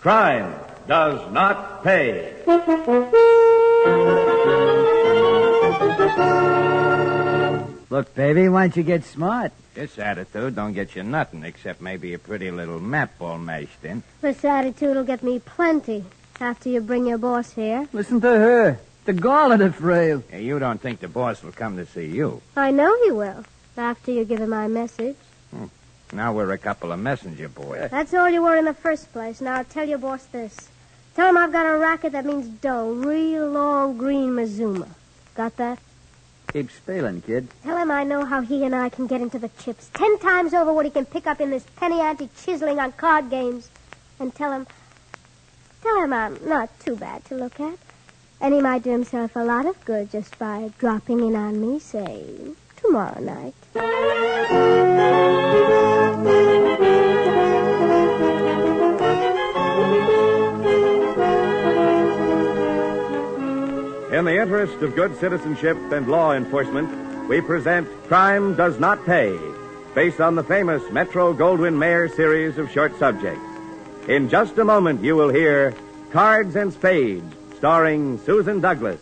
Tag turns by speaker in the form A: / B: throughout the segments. A: Crime does not pay.
B: Look, baby, why don't you get smart?
C: This attitude don't get you nothing except maybe a pretty little map all mashed in.
D: This attitude'll get me plenty after you bring your boss here.
B: Listen to her. The gall of the frail.
C: Hey, you don't think the boss will come to see you.
D: I know he will after you give him my message.
C: Now we're a couple of messenger boys.
D: That's all you were in the first place. Now tell your boss this. Tell him I've got a racket that means dough. Real long green Mizuma. Got that?
B: Uh, Keep spailing, kid.
D: Tell him I know how he and I can get into the chips. Ten times over what he can pick up in this penny ante chiseling on card games. And tell him. Tell him I'm not too bad to look at. And he might do himself a lot of good just by dropping in on me, say, tomorrow night.
A: In the interest of good citizenship and law enforcement, we present Crime Does Not Pay, based on the famous Metro Goldwyn Mayer series of short subjects. In just a moment, you will hear Cards and Spades, starring Susan Douglas.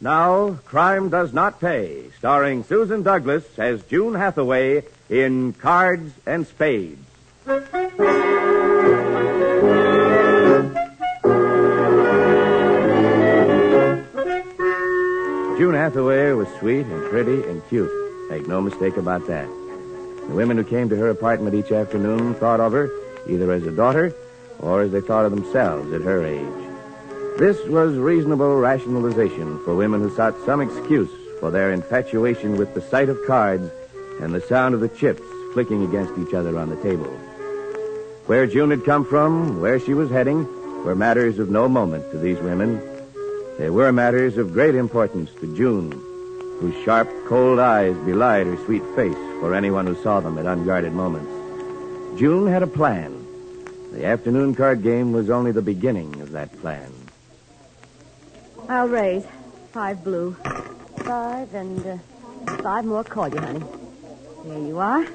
A: Now, Crime Does Not Pay, starring Susan Douglas as June Hathaway in Cards and Spades. June Hathaway was sweet and pretty and cute. Make no mistake about that. The women who came to her apartment each afternoon thought of her either as a daughter or as they thought of themselves at her age. This was reasonable rationalization for women who sought some excuse for their infatuation with the sight of cards and the sound of the chips clicking against each other on the table. Where June had come from, where she was heading, were matters of no moment to these women. They were matters of great importance to June, whose sharp, cold eyes belied her sweet face for anyone who saw them at unguarded moments. June had a plan. The afternoon card game was only the beginning of that plan.
E: I'll raise. Five blue. Five and uh, five more call you, honey. There you are.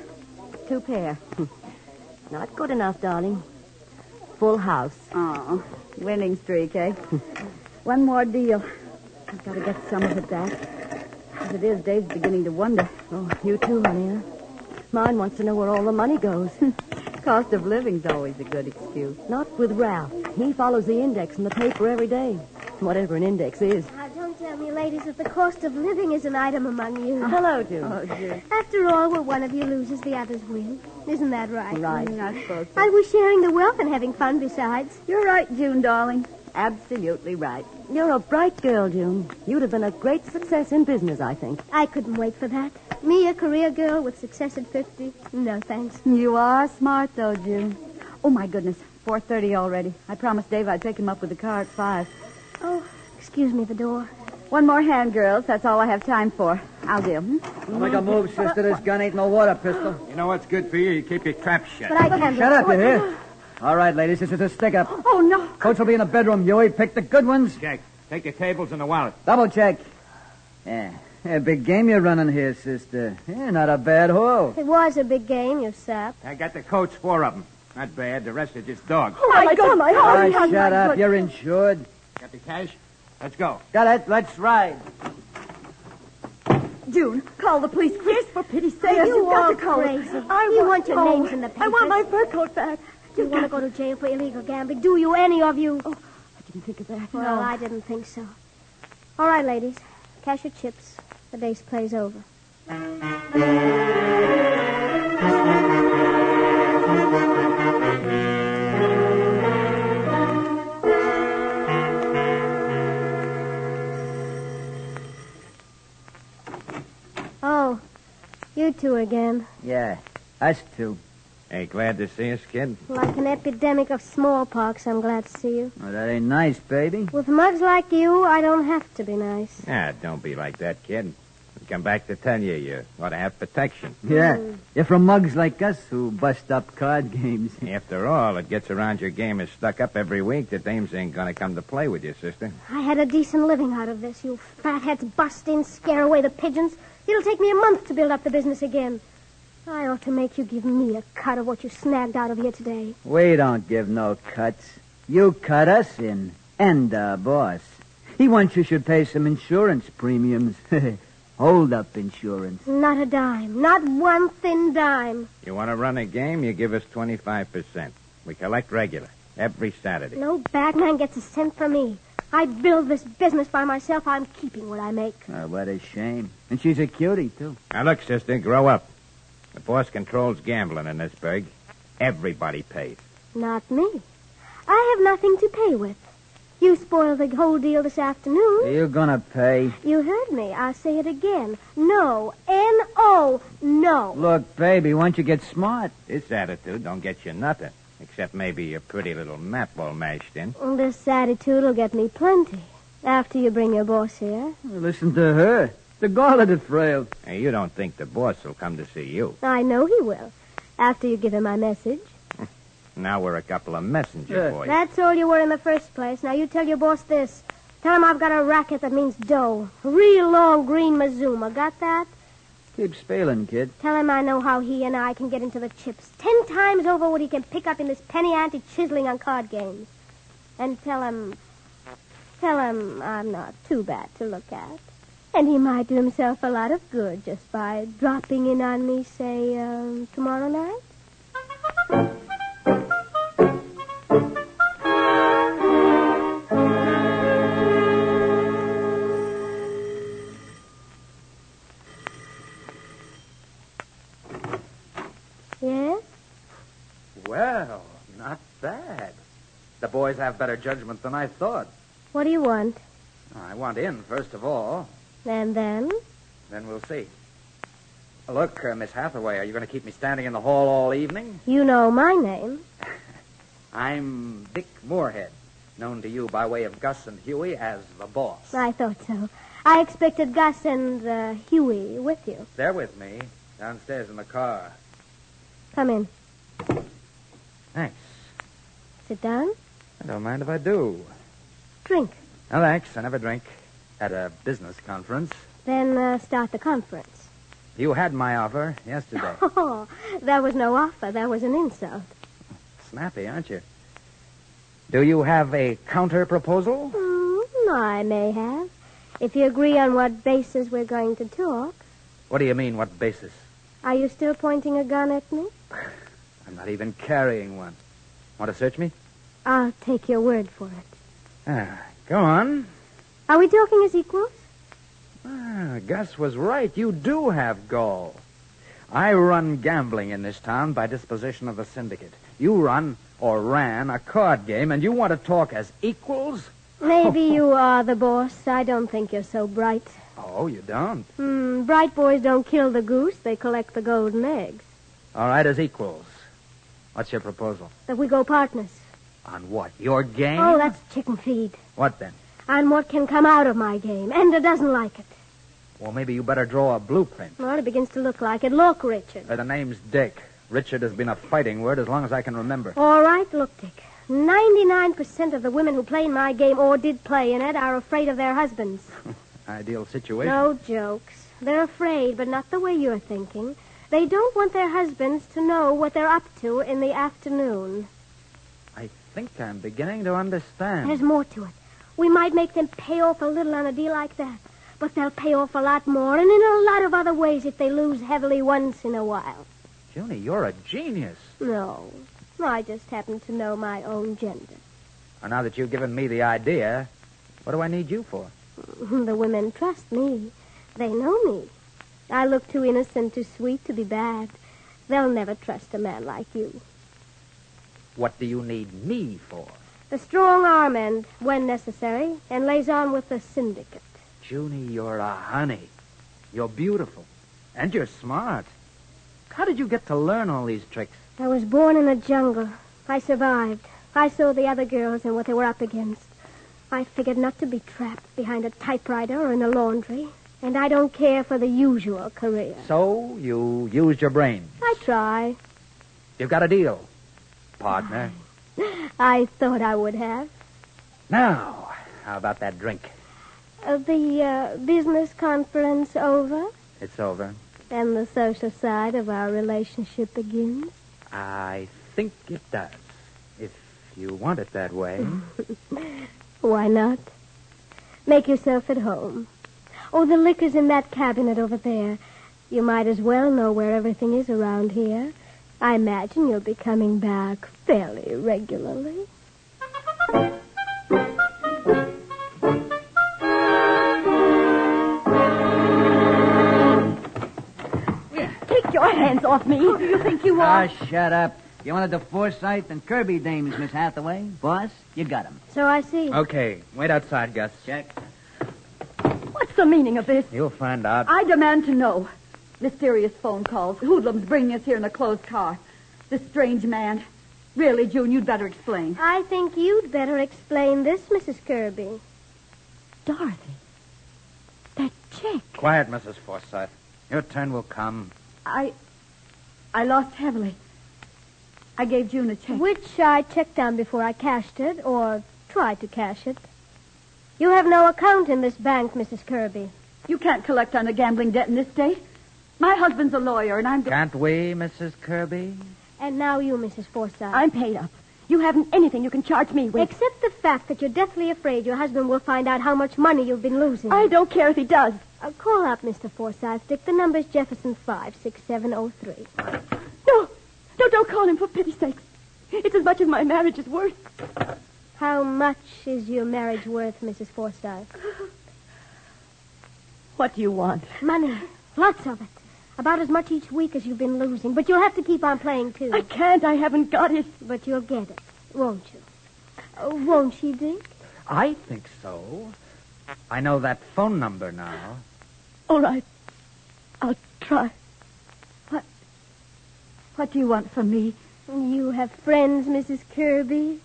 E: Two pair. Not good enough, darling. Full house.
F: Oh, winning streak, eh? One more deal. I've got to get some of it back. As it is, Dave's beginning to wonder.
E: Oh, you too, honey. Huh? Mine wants to know where all the money goes.
F: Cost of living's always a good excuse.
E: Not with Ralph. He follows the index in the paper every day. Whatever an index is.
D: Now, Ah, don't tell me, ladies, that the cost of living is an item among you.
E: Hello, June.
F: Oh, dear.
D: After all, where one of you loses, the others win. Isn't that right?
E: Right.
F: I suppose. so.
D: I was sharing the wealth and having fun besides.
F: You're right, June, darling. Absolutely right.
E: You're a bright girl, June. You'd have been a great success in business, I think.
D: I couldn't wait for that. Me, a career girl with success at 50? No, thanks.
F: You are smart, though, June. Oh, my goodness. 4.30 already. I promised Dave I'd pick him up with the car at 5.
D: Oh, excuse me, the door.
F: One more hand, girls. That's all I have time for. I'll do. Hmm?
B: Don't make a Oh, move, sister. This gun ain't no water pistol.
C: You know what's good for you? You keep your trap shut.
D: But I can't.
B: Shut up, you hear? All right, ladies, this is a stick up.
F: Oh, no.
B: Coach will be in the bedroom, Huey. Pick the good ones.
C: Jack, take the tables and the wallet.
B: Double check. Yeah. Yeah, big game you're running here, sister. Yeah, not a bad haul.
D: It was a big game, you sap.
C: I got the coats, four of them. Not bad. The rest are just dogs.
F: Oh, my, God, my
B: All
F: heart.
B: right, shut up. You're insured.
C: Got the cash? Let's go.
B: Got it. Let's ride.
F: June, call the police. Yes, for pity's sake.
D: Yes,
F: you
D: you
F: have got
D: are
F: to call it.
D: crazy.
F: I
D: You want your
F: oh,
D: names in the
F: I want my
D: papers.
F: fur coat back.
D: Do you want to go to jail for illegal gambling? Do you, any of you?
F: I didn't think of that.
D: well, I didn't think so. All right, ladies. Cash your chips. The day's play's over. Oh, you two again.
B: Yeah, us two.
C: Hey, glad to see us, kid.
D: Like an epidemic of smallpox, I'm glad to see you.
B: Well, Oh, that ain't nice, baby.
D: With mugs like you, I don't have to be nice.
C: Ah, don't be like that, kid. come back to tell you you ought to have protection.
B: Yeah. You're from mugs like us who bust up card games.
C: After all, it gets around your game is stuck up every week. The dames ain't going to come to play with you, sister.
D: I had a decent living out of this. You fatheads bust in, scare away the pigeons. It'll take me a month to build up the business again. I ought to make you give me a cut of what you snagged out of here today.
B: We don't give no cuts. You cut us in, and our boss. He wants you should pay some insurance premiums. Hold up insurance.
D: Not a dime. Not one thin dime.
C: You want to run a game, you give us 25%. We collect regular, every Saturday.
D: No bagman gets a cent from me. I build this business by myself. I'm keeping what I make.
B: Oh, what a shame. And she's a cutie, too.
C: Now, look, sister, grow up. The boss controls gambling in this burg. Everybody pays.
D: Not me. I have nothing to pay with. You spoiled the whole deal this afternoon.
B: Are you gonna pay?
D: You heard me. I'll say it again. No. N-O. No.
B: Look, baby, why don't you get smart?
C: This attitude don't get you nothing, except maybe your pretty little map all mashed in.
D: This attitude will get me plenty. After you bring your boss here.
B: Listen to her. The gall of the frail.
C: Hey, you don't think the boss will come to see you.
D: I know he will. After you give him my message.
C: Now we're a couple of messenger
B: Yeah.
C: boys.
D: That's all you were in the first place. Now you tell your boss this. Tell him I've got a racket that means dough. Real long green Mazuma. Got that?
B: Keep spailing, kid.
D: Tell him I know how he and I can get into the chips. Ten times over what he can pick up in this penny ante chiseling on card games. And tell him. Tell him I'm not too bad to look at. And he might do himself a lot of good just by dropping in on me, say, um, tomorrow night. Yes?
G: Well, not bad. The boys have better judgment than I thought.
D: What do you want?
G: I want in, first of all.
D: And then?
G: Then we'll see. Look, uh, Miss Hathaway, are you going to keep me standing in the hall all evening?
D: You know my name.
G: I'm Vic Moorhead, known to you by way of Gus and Huey as the boss.
D: I thought so. I expected Gus and uh, Huey with you.
G: They're with me downstairs in the car.
D: Come in.
G: Thanks.
D: Sit down.
G: I don't mind if I do.
D: Drink.
G: No, thanks. I never drink. At a business conference.
D: Then uh, start the conference.
G: You had my offer yesterday.
D: Oh, that was no offer. That was an insult.
G: Snappy, aren't you? Do you have a counter proposal?
D: Mm, I may have. If you agree on what basis we're going to talk,
G: What do you mean, what basis?
D: are you still pointing a gun at me?
G: I'm not even carrying one. Want to search me?
D: I'll take your word for it.
G: Ah, go on.
D: Are we talking as equals?
G: Ah, Gus was right. You do have gall. I run gambling in this town by disposition of the syndicate. You run or ran a card game, and you want to talk as equals?
D: Maybe you are the boss. I don't think you're so bright.
G: Oh, you don't.
D: Hmm, bright boys don't kill the goose. They collect the golden eggs.
G: All right, as equals. What's your proposal?
D: That we go partners.
G: On what? Your game?
D: Oh, that's chicken feed.
G: What then?
D: On what can come out of my game. Ender doesn't like it.
G: Well, maybe you better draw a blueprint.
D: Well, it begins to look like it. Look, Richard.
G: Uh, the name's Dick. Richard has been a fighting word as long as I can remember.
D: All right, look, Dick. 99% of the women who play in my game or did play in it are afraid of their husbands.
G: Ideal situation.
D: No jokes. They're afraid, but not the way you're thinking. They don't want their husbands to know what they're up to in the afternoon.
G: I think I'm beginning to understand.
D: There's more to it. We might make them pay off a little on a deal like that, but they'll pay off a lot more and in a lot of other ways if they lose heavily once in a while.
G: Junie, you're a genius.
D: No. I just happen to know my own gender.
G: Well, now that you've given me the idea, what do I need you for?
D: The women trust me. They know me. I look too innocent, too sweet to be bad. They'll never trust a man like you.
G: What do you need me for?
D: The strong arm and, when necessary, and lays on with the syndicate.
G: Junie, you're a honey. You're beautiful. And you're smart. How did you get to learn all these tricks?
D: I was born in a jungle. I survived. I saw the other girls and what they were up against. I figured not to be trapped behind a typewriter or in a laundry. And I don't care for the usual career.
G: So you used your brain.
D: I try.
G: You've got a deal, partner.
D: I thought I would have.
G: Now, how about that drink?
D: Uh, the uh, business conference over,
G: It's over.
D: and the social side of our relationship begins.
G: I think it does. If you want it that way.
D: Why not? Make yourself at home. Oh, the liquor's in that cabinet over there. You might as well know where everything is around here. I imagine you'll be coming back fairly regularly.
E: Take your hands off me. Who do you think you
B: Ah,
E: are?
B: shut up. You wanted the Forsyth and Kirby dames, Miss Hathaway. Boss, you got 'em.
D: So I see.
G: Okay, wait outside, Gus.
B: Check.
F: What's the meaning of this?
G: You'll find out.
F: I demand to know. Mysterious phone calls. Hoodlums bringing us here in a closed car. This strange man. Really, June, you'd better explain.
D: I think you'd better explain this, Mrs. Kirby.
E: Dorothy. That check.
G: Quiet, Mrs. Forsyth. Your turn will come.
F: I, I lost heavily. I gave June a check.
D: Which I checked on before I cashed it, or tried to cash it. You have no account in this bank, Mrs. Kirby.
F: You can't collect on a gambling debt in this state. My husband's a lawyer, and I'm
G: Can't we, Mrs. Kirby?
D: And now you, Mrs. Forsyth.
E: I'm paid up. You haven't anything you can charge me with.
D: Except the fact that you're deathly afraid your husband will find out how much money you've been losing.
E: I don't care if he does.
D: Uh, call up Mr. Forsyth, Dick. The number's Jefferson 56703.
E: No. No, don't call him, for pity's sake. It's as much as my marriage is worth.
D: How much is your marriage worth, Mrs. Forsyth?
E: What do you want?
D: Money. Lots of it. About as much each week as you've been losing. But you'll have to keep on playing, too.
E: I can't. I haven't got it.
D: But you'll get it, won't you? Uh, won't she, Dick?
G: I think so. I know that phone number now.
E: All right. I'll try.
F: What do you want from me,
D: You have friends, Mrs. Kirby.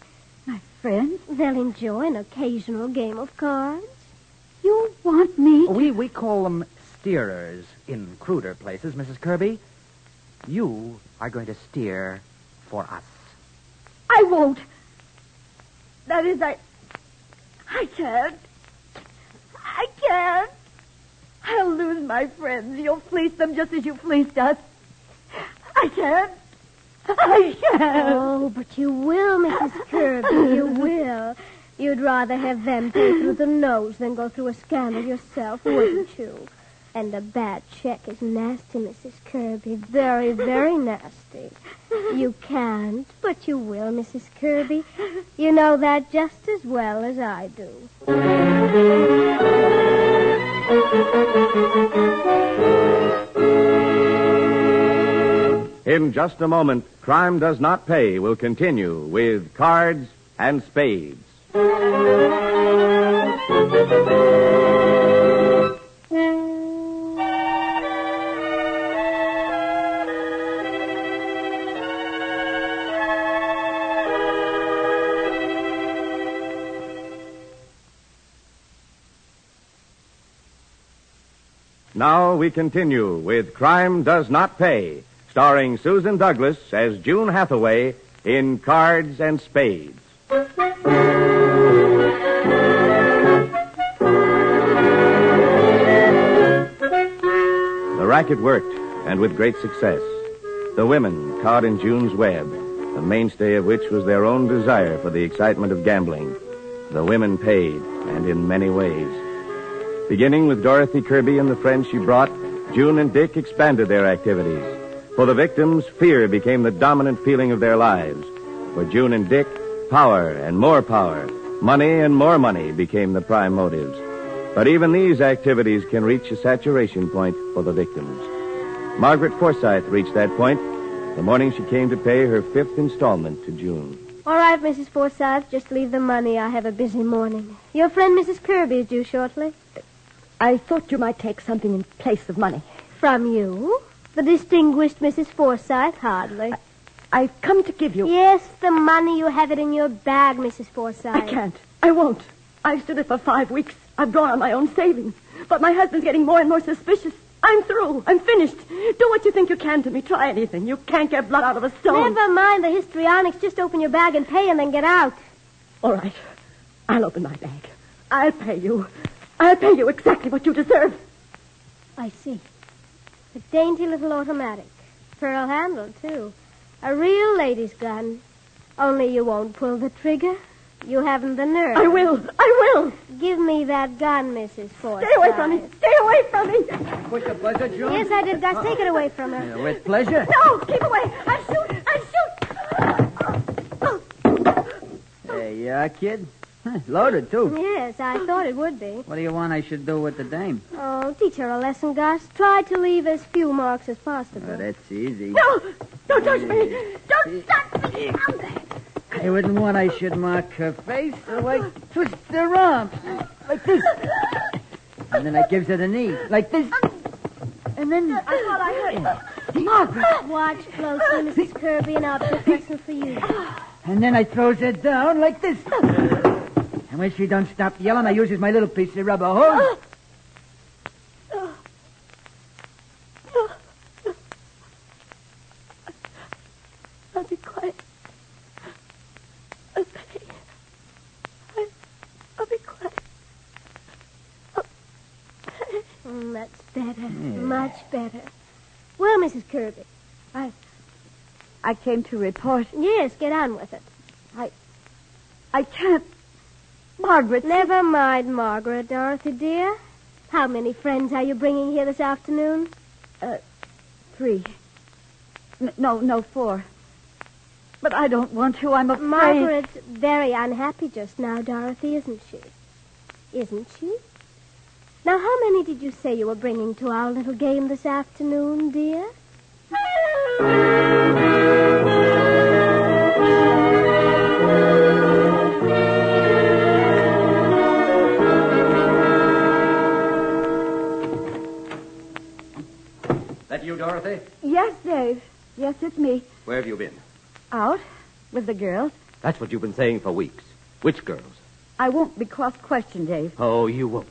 F: my friend?
D: They'll enjoy an occasional game of cards.
F: You want me?
G: We we call them steerers in cruder places, Mrs. Kirby. You are going to steer for us.
F: I won't. That is, I. I can't. I can't. I'll lose my friends. You'll fleece them just as you fleeced us. I can't. I can't.
D: Oh, but you will, Mrs. Kirby. You will. You'd rather have them pay through the nose than go through a scandal yourself, wouldn't you? And a bad check is nasty, Mrs. Kirby. Very, very nasty. You can't, but you will, Mrs. Kirby. You know that just as well as I do.
A: In just a moment, Crime Does Not Pay will continue with Cards and Spades. Now we continue with Crime Does Not Pay, starring Susan Douglas as June Hathaway in Cards and Spades. The racket worked, and with great success. The women caught in June's web, the mainstay of which was their own desire for the excitement of gambling. The women paid, and in many ways. Beginning with Dorothy Kirby and the friends she brought, June and Dick expanded their activities. For the victims, fear became the dominant feeling of their lives. For June and Dick, power and more power, money and more money became the prime motives. But even these activities can reach a saturation point for the victims. Margaret Forsyth reached that point the morning she came to pay her fifth installment to June.
D: All right, Mrs. Forsyth, just leave the money. I have a busy morning. Your friend Mrs. Kirby is due shortly.
E: I thought you might take something in place of money.
D: From you? The distinguished Mrs. Forsyth, hardly.
E: I've come to give you.
D: Yes, the money. You have it in your bag, Mrs.
E: I
D: Forsyth.
E: can't. I won't. I've stood it for five weeks. I've drawn on my own savings.
H: But my husband's getting more and more suspicious. I'm through. I'm finished. Do what you think you can to me. Try anything. You can't get blood out of a stone.
D: Never mind the histrionics. Just open your bag and pay and then get out.
H: All right. I'll open my bag. I'll pay you. I'll pay you exactly what you deserve.
D: I see. A dainty little automatic. Pearl handle, too. A real lady's gun. Only you won't pull the trigger. You haven't the nerve.
H: I will. I will.
D: Give me that gun, Mrs. Forsythe.
H: Stay away from me. Stay away from me.
G: Push the buzzer, June.
D: Yes, I did, Gus. Take it away from her.
G: Uh, With pleasure.
H: No, keep away. I shoot. I shoot.
G: There you are, uh, kid. Huh, Loaded, too.
D: Yes, I thought it would be.
G: What do you want I should do with the dame?
D: Oh, teach her a lesson, Gus. Try to leave as few marks as
G: Oh,
D: possible.
G: that's easy.
H: No, don't touch me. Don't touch me.
G: I wouldn't want I should mark her face, so I twist her arms. Like this. And then I gives her the knee. Like this. And then
H: I thought I heard.
D: Watch closely, Mrs. Kirby, and I'll pick a lesson for you.
G: and then I throws her down like this. And when she don't stop yelling, I uses my little piece of rubber hose.
H: I'll be quiet. I'll pay. I, I'll be quiet.
D: Mm, that's better. Much better. Well, Mrs. Kirby.
F: I came to report.
D: Yes, get on with it.
F: I can't. Margaret.
D: Never mind, Margaret, Dorothy, dear. How many friends are you bringing here this afternoon?
F: Three. N- no, no, four. But I don't want to. I'm afraid.
D: Margaret's very unhappy just now, Dorothy, isn't she? Isn't she? Now, how many did you say you were bringing to our little game this afternoon, dear?
A: That you, Dorothy?
F: Yes, Dave. Yes, it's me.
A: Where have you been?
F: Out with the girls.
A: That's what you've been saying for weeks. Which girls?
F: I won't be cross-questioned, Dave.
A: Oh, you won't.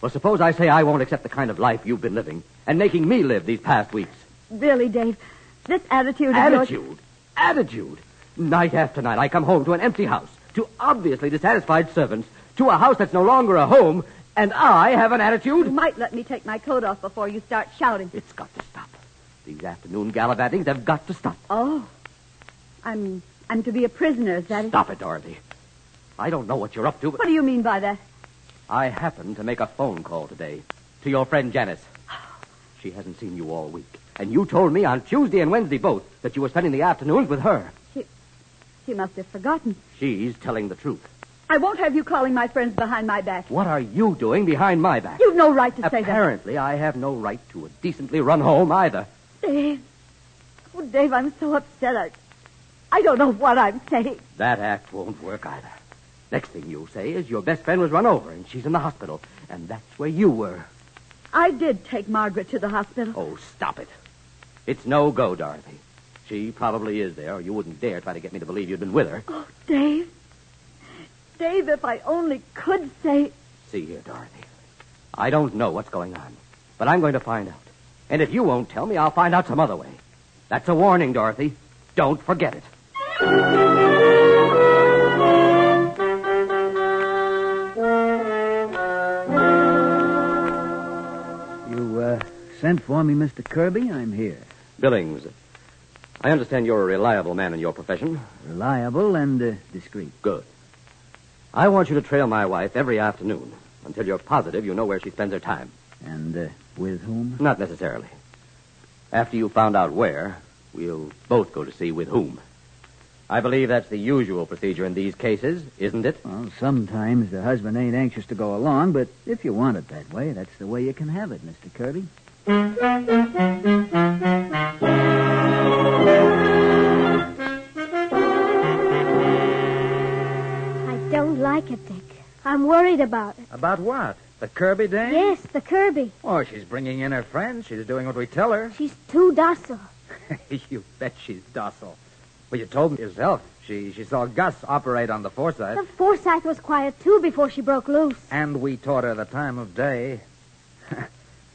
A: Well, suppose I say I won't accept the kind of life you've been living and making me live these past weeks.
F: Really, Dave. This attitude of yours.
A: Attitude. Attitude. Night after night, I come home to an empty house, to obviously dissatisfied servants, to a house that's no longer a home, and I have an
F: You
A: attitude.
F: might let me take my coat off before you start shouting.
A: It's got to stop. These afternoon gallivantings have got to stop.
F: Oh. I'm I'm to be a prisoner, is that it?
A: Stop it, Dorothy. I don't know what you're up to, but
F: What do you mean by that?
A: I happened to make a phone call today to your friend Janice. She hasn't seen you all week, and you told me on Tuesday and Wednesday both that you were spending the afternoons with her.
F: She must have forgotten.
A: She's telling the truth.
F: I won't have you calling my friends behind my back.
A: What are you doing behind my back?
F: You've no right to say that.
A: Apparently, I have no right to a decently run home either.
F: Dave. Oh, Dave, I'm so upset. I, I don't know what I'm saying.
A: That act won't work either. Next thing you say is your best friend was run over and she's in the hospital, and that's where you were.
F: I did take Margaret to the hospital.
A: Oh, stop it. It's no go, Dorothy. She probably is there, or you wouldn't dare try to get me to believe you'd been with her.
F: Oh, Dave. Dave, if I only could say.
A: See here, Dorothy. I don't know what's going on, but I'm going to find out. And if you won't tell me, I'll find out some other way. That's a warning, Dorothy. Don't forget it.
G: You, uh, sent for me, Mr. Kirby. I'm here.
A: Billings, I understand you're a reliable man in your profession.
G: Reliable and uh, discreet.
A: I want you to trail my wife every afternoon until you're positive you know where she spends her time.
G: And uh, with whom?
A: Not necessarily. After you've found out where, we'll both go to see with whom. I believe that's the usual procedure in these cases, isn't it?
G: Well, sometimes the husband ain't anxious to go along, but if you want it that way, that's the way you can have it, Mr. Kirby.
D: I don't like it, Dick. I'm worried about it.
I: About what? The Kirby dame?
D: Yes, the Kirby.
I: Oh, she's bringing in her friends. She's doing what we tell her.
D: She's too docile.
I: you bet she's docile. Well, you told me yourself. She she saw Gus operate on the Forsyth,
D: The Forsythe was quiet, too, before she broke loose.
I: and we taught her the time of day.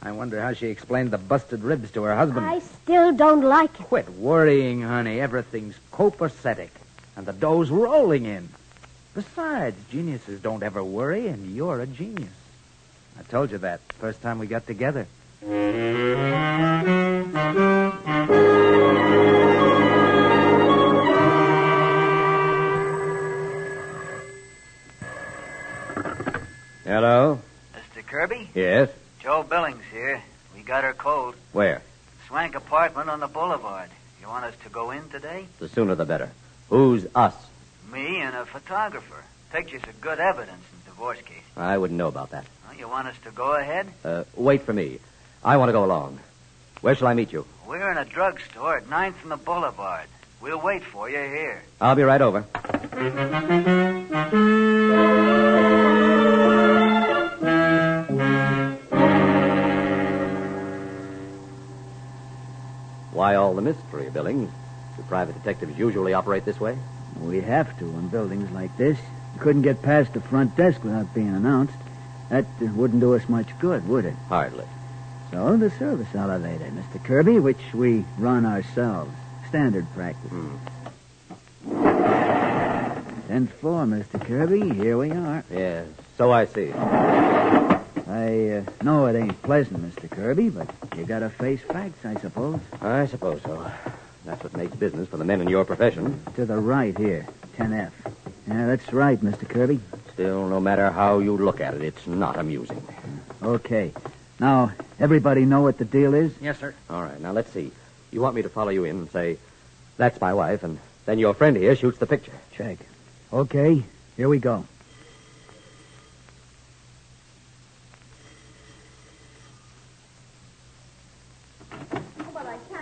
G: I wonder how she explained the busted ribs to her husband.
D: I still don't like it.
G: Quit worrying, honey. Everything's copacetic, and the dough's rolling in. Besides, geniuses don't ever worry, and you're a genius. I told you that first time we got together.
A: Hello?
B: Mr. Kirby,
A: Yes?
B: Joe Billings here. We got her cold.
A: Where?
B: Swank apartment on the boulevard. You want us to go in today?
A: The sooner the better. Who's us?
B: Me and a photographer. Pictures are good evidence in divorce cases.
A: I wouldn't know about that.
B: Well, you want us to go ahead?
A: Uh, wait for me. I want to go along. Where shall I meet you?
B: We're in a drugstore at Ninth and the Boulevard. We'll wait for you here.
A: I'll be right over. Why all the mystery, Billings? Do private detectives usually operate this way?
B: We have to in buildings like this. You couldn't get past the front desk without being announced. That uh, wouldn't do us much good, would it?
A: Hardly.
B: So the service elevator, Mr. Kirby, which we run ourselves. Standard practice. Tenth floor, Mr. Kirby. Here we are.
A: Yes, so I see.
B: I uh, know it ain't pleasant, Mr. Kirby, but you gotta face facts, I suppose.
A: I suppose so. That's what makes business for the men in your profession.
B: To the right here, 10F. Yeah, that's right, Mr. Kirby.
A: Still, no matter how you look at it, it's not amusing.
B: Okay. Now, everybody know what the deal is?
G: Yes, sir.
A: All right, now let's see. You want me to follow you in and say, that's my wife, and then your friend here shoots the picture.
B: Check. Okay, here we go.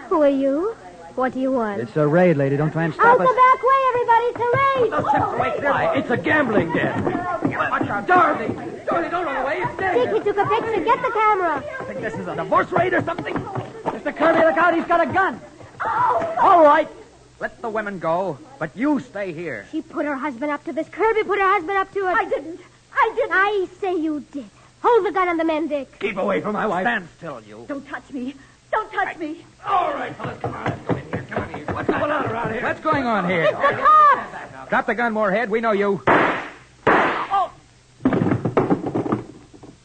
D: Who are you? What do you want?
B: It's a raid, lady. Don't try and
D: Out
B: stop
D: the
B: us.
D: back way, everybody. It's a raid.
G: it's a gambling den. Watch out, Dorothy. Dorothy, don't run away. It's
D: Dick, he took a picture. Get the camera.
G: think this is a divorce raid or something. Mr. Kirby, look out. He's got a gun. All right. Let the women go, but you stay here.
D: She put her husband up to this. Kirby put her husband up to it.
F: I didn't. I didn't.
D: I say you did. Hold the gun on the men, Dick.
G: Keep away from my wife. Stand still, you.
F: Don't touch me. Don't touch me.
G: All right, fellas, come on. Let's go in here. Come on here. What's going on around here? What's going on here?
D: The cops!
G: Drop the gun, Moorhead. We know you.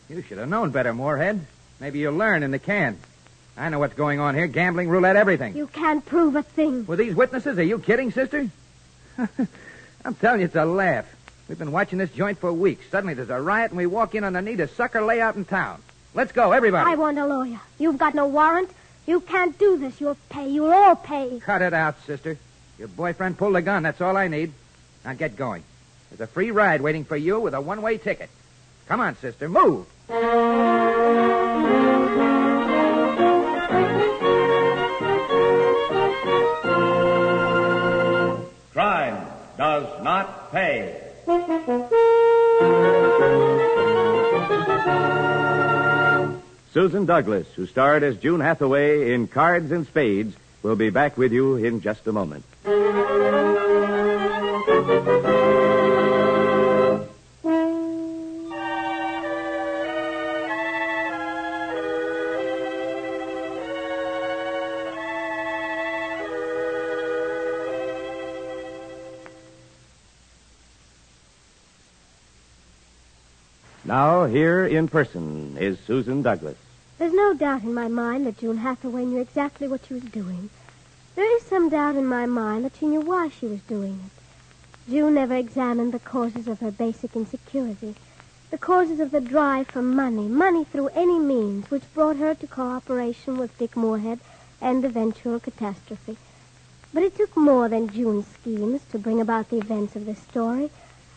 G: You should have known better, Moorhead. Maybe you'll learn in the can. I know what's going on here. Gambling, roulette, everything.
D: You can't prove a thing.
G: With these witnesses, are you kidding, sister? I'm telling you, it's a laugh. We've been watching this joint for weeks. Suddenly there's a riot, and we walk in on the neatest sucker layout in town. Let's go, everybody.
D: I want a lawyer. You've got no warrant. You can't do this. You'll pay. You'll all pay.
G: Cut it out, sister. Your boyfriend pulled a gun. That's all I need. Now get going. There's a free ride waiting for you with a one way ticket. Come on, sister. Move.
J: Crime does not pay.
A: Susan Douglas, who starred as June Hathaway in Cards and Spades, will be back with you in just a moment. Now, here in person is Susan Douglas.
D: There's no doubt in my mind that June Hathaway knew exactly what she was doing. There is some doubt in my mind that she knew why she was doing it. June never examined the causes of her basic insecurity, the causes of the drive for money, money through any means, which brought her to cooperation with Dick Moorhead and eventual catastrophe. But it took more than June's schemes to bring about the events of this story.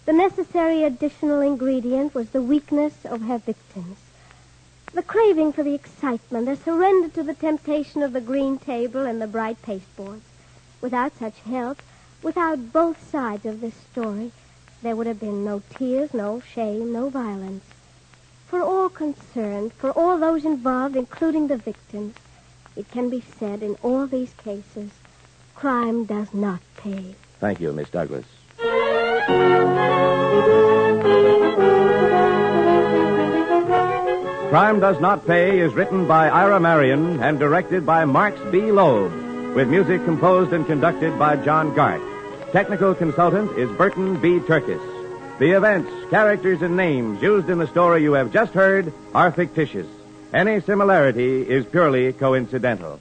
D: The necessary additional ingredient was the weakness of her victims. The craving for the excitement, the surrender to the temptation of the green table and the bright pasteboards. Without such help, without both sides of this story, there would have been no tears, no shame, no violence. For all concerned, for all those involved, including the victims, it can be said in all these cases, crime does not pay.
A: Thank you, Miss Douglas.
C: Crime Does Not Pay is written by Ira Marion and directed by Marks B. Loeb, with music composed and conducted by John Gart. Technical consultant is Burton B. Turkis. The events, characters, and names used in the story you have just heard are fictitious. Any similarity is purely coincidental.